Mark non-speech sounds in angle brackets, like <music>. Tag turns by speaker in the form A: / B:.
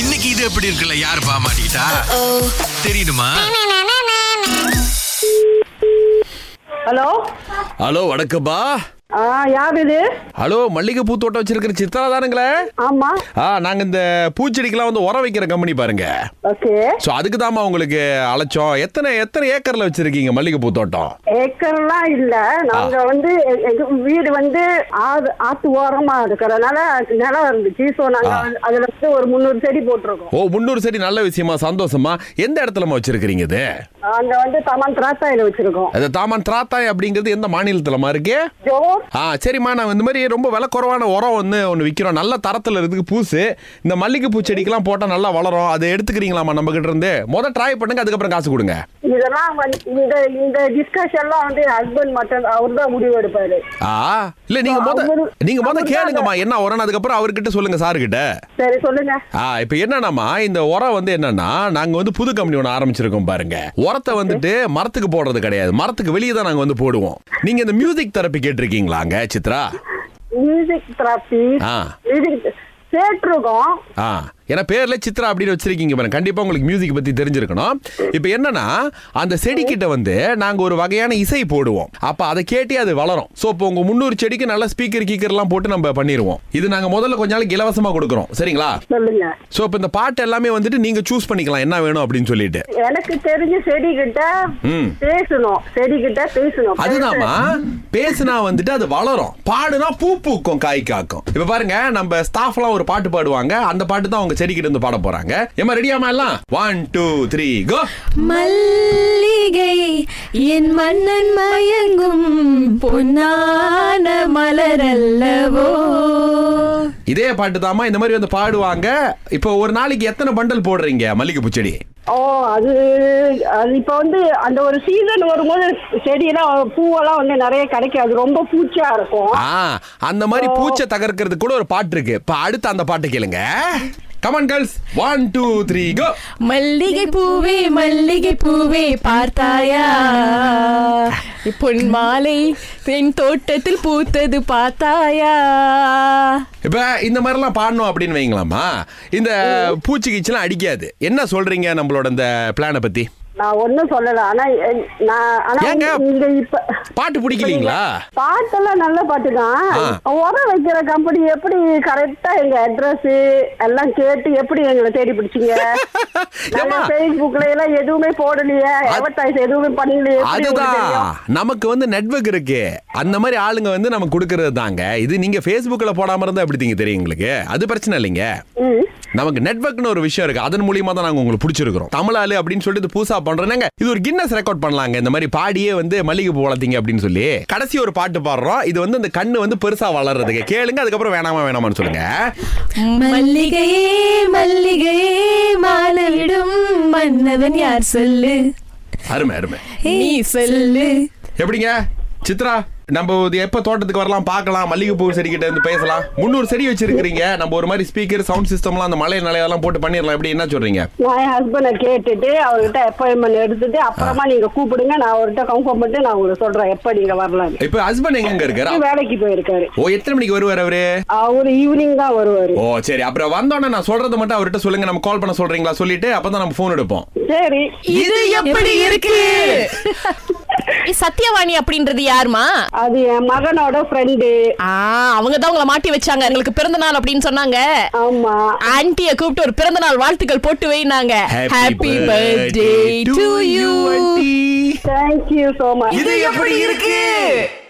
A: இன்னைக்கு இது எப்படி இருக்குல்ல யார் பாமாட்டா தெரியுமா
B: ஹலோ
C: ஹலோ வணக்கம்பா
B: ஆ யார் இது
C: ஹலோ மல்லிகை பூ தோட்டம் வச்சிருக்கிற சித்ரா தானுங்களே
B: ஆமா
C: ஆ நாங்க இந்த பூச்செடிக்கெல்லாம் வந்து உரம் வைக்கிற கம்பெனி பாருங்க
B: ஓகே
C: ஸோ அதுக்கு தாம்மா உங்களுக்கு அழைச்சோம் எத்தனை எத்தனை ஏக்கர்ல வச்சிருக்கீங்க மல்லிகை பூ தோட்டம்
B: ஏக்கர்லாம் இல்ல நாங்க வந்து எ- எங்க வீடு வந்து ஆறு ஆத்து ஓரமா இருக்கிறதுனால நிலம் இருந்துச்சு ஸோ நாங்க வந்து அதுல வந்து ஒரு முந்நூறு செடி போட்டிருக்கோம்
C: ஓ முந்நூறு செடி நல்ல விஷயமா சந்தோஷமா எந்த இடத்துலமா வச்சிருக்கிறீங்க இது
B: அங்க வந்து தமன் திராட்சாயில வச்சிருக்கோம்
C: அது தாமான் திராத்தாய் அப்படிங்கிறது எந்த மாநிலத்துலமா இருக்கு
B: ஜோ
C: ஆ சரிம்மா நான் இந்த மாதிரி ரொம்ப விலை குறைவான உரம் ஒன்று ஒன்று விற்கிறோம் நல்ல தரத்தில் இருக்குது பூசு இந்த மல்லிகைப்பூ செடிக்கெல்லாம் போட்டால் நல்லா வளரும் அதை எடுத்துக்கிறீங்களாம்மா நம்ம கிட்ட இருந்து மொதல் ட்ரை பண்ணுங்க அதுக்கப்புறம் காசு கொடுங்க
B: இதெல்லாம் வந்து இந்த இந்த டிஸ்கஷன்லாம் வந்து ஹஸ்பண்ட் மட்டும் அவர் தான் முடிவு எடுப்பாரு
C: ஆ இல்ல நீங்க
B: ஆ,
C: மொத
B: அவரு-
C: நீங்க மொத
B: அவருதான்
C: கேளுங்கம்மா என்ன உரம்னு அதுக்கப்புறம் அவர்கிட்ட சொல்லுங்க சார்கிட்ட
B: சரி சொல்லுங்க
C: ஆ இப்போ என்னன்னாமா இந்த உரம் வந்து என்னன்னா நாங்க வந்து புது கம்பெனி ஒன்று ஆரம்பிச்சிருக்கோம் பாருங்க உரத்தை வந்துட்டு மரத்துக்கு போடுறது கிடையாது மரத்துக்கு வெளியே தான் நாங்க வந்து போடுவோம் நீங்க இந்த மியூசிக் தெரப்பி கேட்டிருக்கீங்களாங்க சித்ரா
B: மியூசிக் தெரப்பி
C: ஆ.
B: மியூசிக் கேட்டிருக்கோம்
C: ஆ ஏன்னா பேர்ல சித்ரா அப்படின்னு வச்சிருக்கீங்க பாருங்க கண்டிப்பா உங்களுக்கு மியூசிக் பத்தி தெரிஞ்சிருக்கணும் இப்போ என்னன்னா அந்த செடிக்கிட்ட வந்து நாங்க ஒரு வகையான இசை போடுவோம் அப்ப அதை கேட்டே அது வளரும் ஸோ இப்போ உங்க முந்நூறு செடிக்கு நல்ல ஸ்பீக்கர் கீக்கர்லாம் போட்டு நம்ம பண்ணிடுவோம் இது நாங்க முதல்ல கொஞ்ச நாளைக்கு இலவசமா கொடுக்குறோம் சரிங்களா
B: சொல்லுங்க
C: ஸோ இப்போ இந்த பாட்டு எல்லாமே வந்துட்டு நீங்க சூஸ் பண்ணிக்கலாம் என்ன வேணும் அப்படின்னு சொல்லிட்டு
B: எனக்கு தெரிஞ்ச செடி கிட்ட
C: ம்.
B: பேசணும் செடி கிட்ட பேசணும்
C: அதுதாம்மா பேசுனா வந்துட்டு அது வளரும் பாடுனா பூ பூக்கும் காய் காக்கும் இப்ப பாருங்க நம்ம ஸ்டாஃப்லாம் ஒரு பாட்டு பாடுவாங்க அந்த பாட்டு தான் அவங்க செடிக்கிட்ட இருந்து பாட போறாங்க ஏமா ரெடியாமா எல்லாம் ஒன் டூ த்ரீ கோ
D: மல்லிகை என் மன்னன் மயங்கும் பொன்னான மலரல்லவோ
C: இதே பாட்டு தாமா இந்த மாதிரி வந்து பாடுவாங்க இப்போ ஒரு நாளைக்கு எத்தனை பண்டல் போடுறீங்க மல்லிகை பூச்செடி
B: ஓ அது அது இப்போ வந்து அந்த ஒரு சீசன் வரும்போது செடியெல்லாம் பூவெல்லாம் வந்து நிறைய கிடைக்காது ரொம்ப பூச்சியா இருக்கும்
C: ஆ அந்த மாதிரி பூச்சை தகர்க்கிறதுக்கு கூட ஒரு பாட்டு இருக்கு இப்போ அடுத்து அந்த பாட்டு கேளுங்க come on girls one two three go
D: மல்லிகை பூவே மல்லிகை பூவே <laughs> பார்த்தாயா பொன் மாலை என் தோட்டத்தில் பூத்தது பார்த்தாயா
C: இப்ப இந்த மாதிரிலாம் பாடணும் அப்படின்னு வைங்களாமா இந்த பூச்சி கீச்செல்லாம் அடிக்காது என்ன சொல்றீங்க நம்மளோட இந்த பிளானை பத்தி
B: நான் ஒண்ணும் சொல்லல ஆனா எ- நான் ஆனா
C: ஏங்க?
B: இங்க இப்ப
C: பாட்டு பிடிக்கலீங்களா
B: பாட்டெல்லாம் நல்ல பாட்டு தான்
C: ஆ.
B: உரம் வைக்கிற கம்பெனி எப்படி கரெக்டா எங்க அட்ரஸ் எல்லாம் கேட்டு எப்படி எங்களை தேடி பிடிச்சிங்க
C: ஏம்மா?
B: பேஸ்புக்ல எல்லாம் எதுவுமே போடலையே அட்வர்டைஸ் எதுவுமே பண்ணலையே எப்படி உங்களுக்கு
C: அதுதான்
B: தெரியும்?
C: நமக்கு வந்து நெட்வொர்க் இருக்கு அந்த மாதிரி ஆளுங்க வந்து நமக்கு கொடுக்கறது தாங்க இது நீங்க Facebookல போடாம இருந்தா எப்படி தீங்க தெரியும் உங்களுக்கு அது பிரச்சனை இல்லைங்க
B: ம்.
C: நமக்கு நெட்வொர்க்னு ஒரு விஷயம் இருக்கு அதன் மூலியமா தான் நாங்க உங்களுக்கு பிடிச்சிருக்கிறோம் தமிழாளு அப்படின்னு சொல்லிட்டு இது புதுசா பண்றோம்னாங்க இது ஒரு கின்னஸ் ரெக்கார்ட் பண்ணலாங்க இந்த மாதிரி பாடியே வந்து மல்லிகை பூ வளர்த்தீங்க அப்படின்னு சொல்லி கடைசி ஒரு பாட்டு பாடுறோம் இது வந்து இந்த கண்ணு வந்து பெருசா வளர்றதுக்கு கேளுங்க அதுக்கப்புறம் வேணாமா வேணாமான்னு சொல்லுங்க
D: மல்லிகையே மல்லிகையே மாலவிடும் மன்னவன் யார் சொல்லு
C: அருமை அருமை
D: நீ சொல்லு
C: எப்படிங்க சித்ரா நம்ம இது எப்ப தோட்டத்துக்கு வரலாம் பார்க்கலாம் மல்லிகை பூ செடி கிட்ட இருந்து பேசலாம் முந்நூறு செடி வச்சிருக்கீங்க நம்ம ஒரு மாதிரி ஸ்பீக்கர் சவுண்ட் சிஸ்டம்லாம் அந்த மலை நிலையெல்லாம் போட்டு பண்ணிடலாம் எப்படி என்ன சொல்றீங்க
B: நான் என் ஹஸ்பண்டை கேட்டுட்டு அவர்கிட்ட அப்பாயின்மெண்ட் எடுத்துட்டு அப்புறமா நீங்க கூப்பிடுங்க நான் அவர்கிட்ட கன்ஃபார்ம் பண்ணிட்டு நான் உங்களுக்கு சொல்றேன் எப்ப நீங்க வரலான்னு
C: இப்ப ஹஸ்பண்ட் எங்க இருக்காரு
B: வேலைக்கு போயிருக்காரு
C: ஓ எத்தனை மணிக்கு வருவார் அவரு
B: அவரு ஈவினிங் தான் வருவாரு
C: ஓ சரி அப்புறம் வந்தோடனே நான் சொல்றது மட்டும் அவர்கிட்ட சொல்லுங்க நம்ம கால் பண்ண சொல்றீங்களா சொல்லிட்டு அப்பதான் நம்ம ஃபோன் எடுப்போம்
B: சரி
D: இது எப்படி இருக்கு
E: சத்யவாணி அப்படின்றது யாருமா
B: அது என் மகனோட ஃப்ரெண்டு
E: ஆ அவங்க தான் உங்களை மாட்டி வச்சாங்க எங்களுக்கு பிறந்த நாள் அப்படின்னு சொன்னாங்க
B: ஆமா
E: ஆன்ட்டிய கூப்பிட்டு ஒரு பிறந்த நாள் வாழ்த்துக்கள் போட்டு வைனாங்க happy birthday to you
B: thank you so much
C: இது எப்படி இருக்கு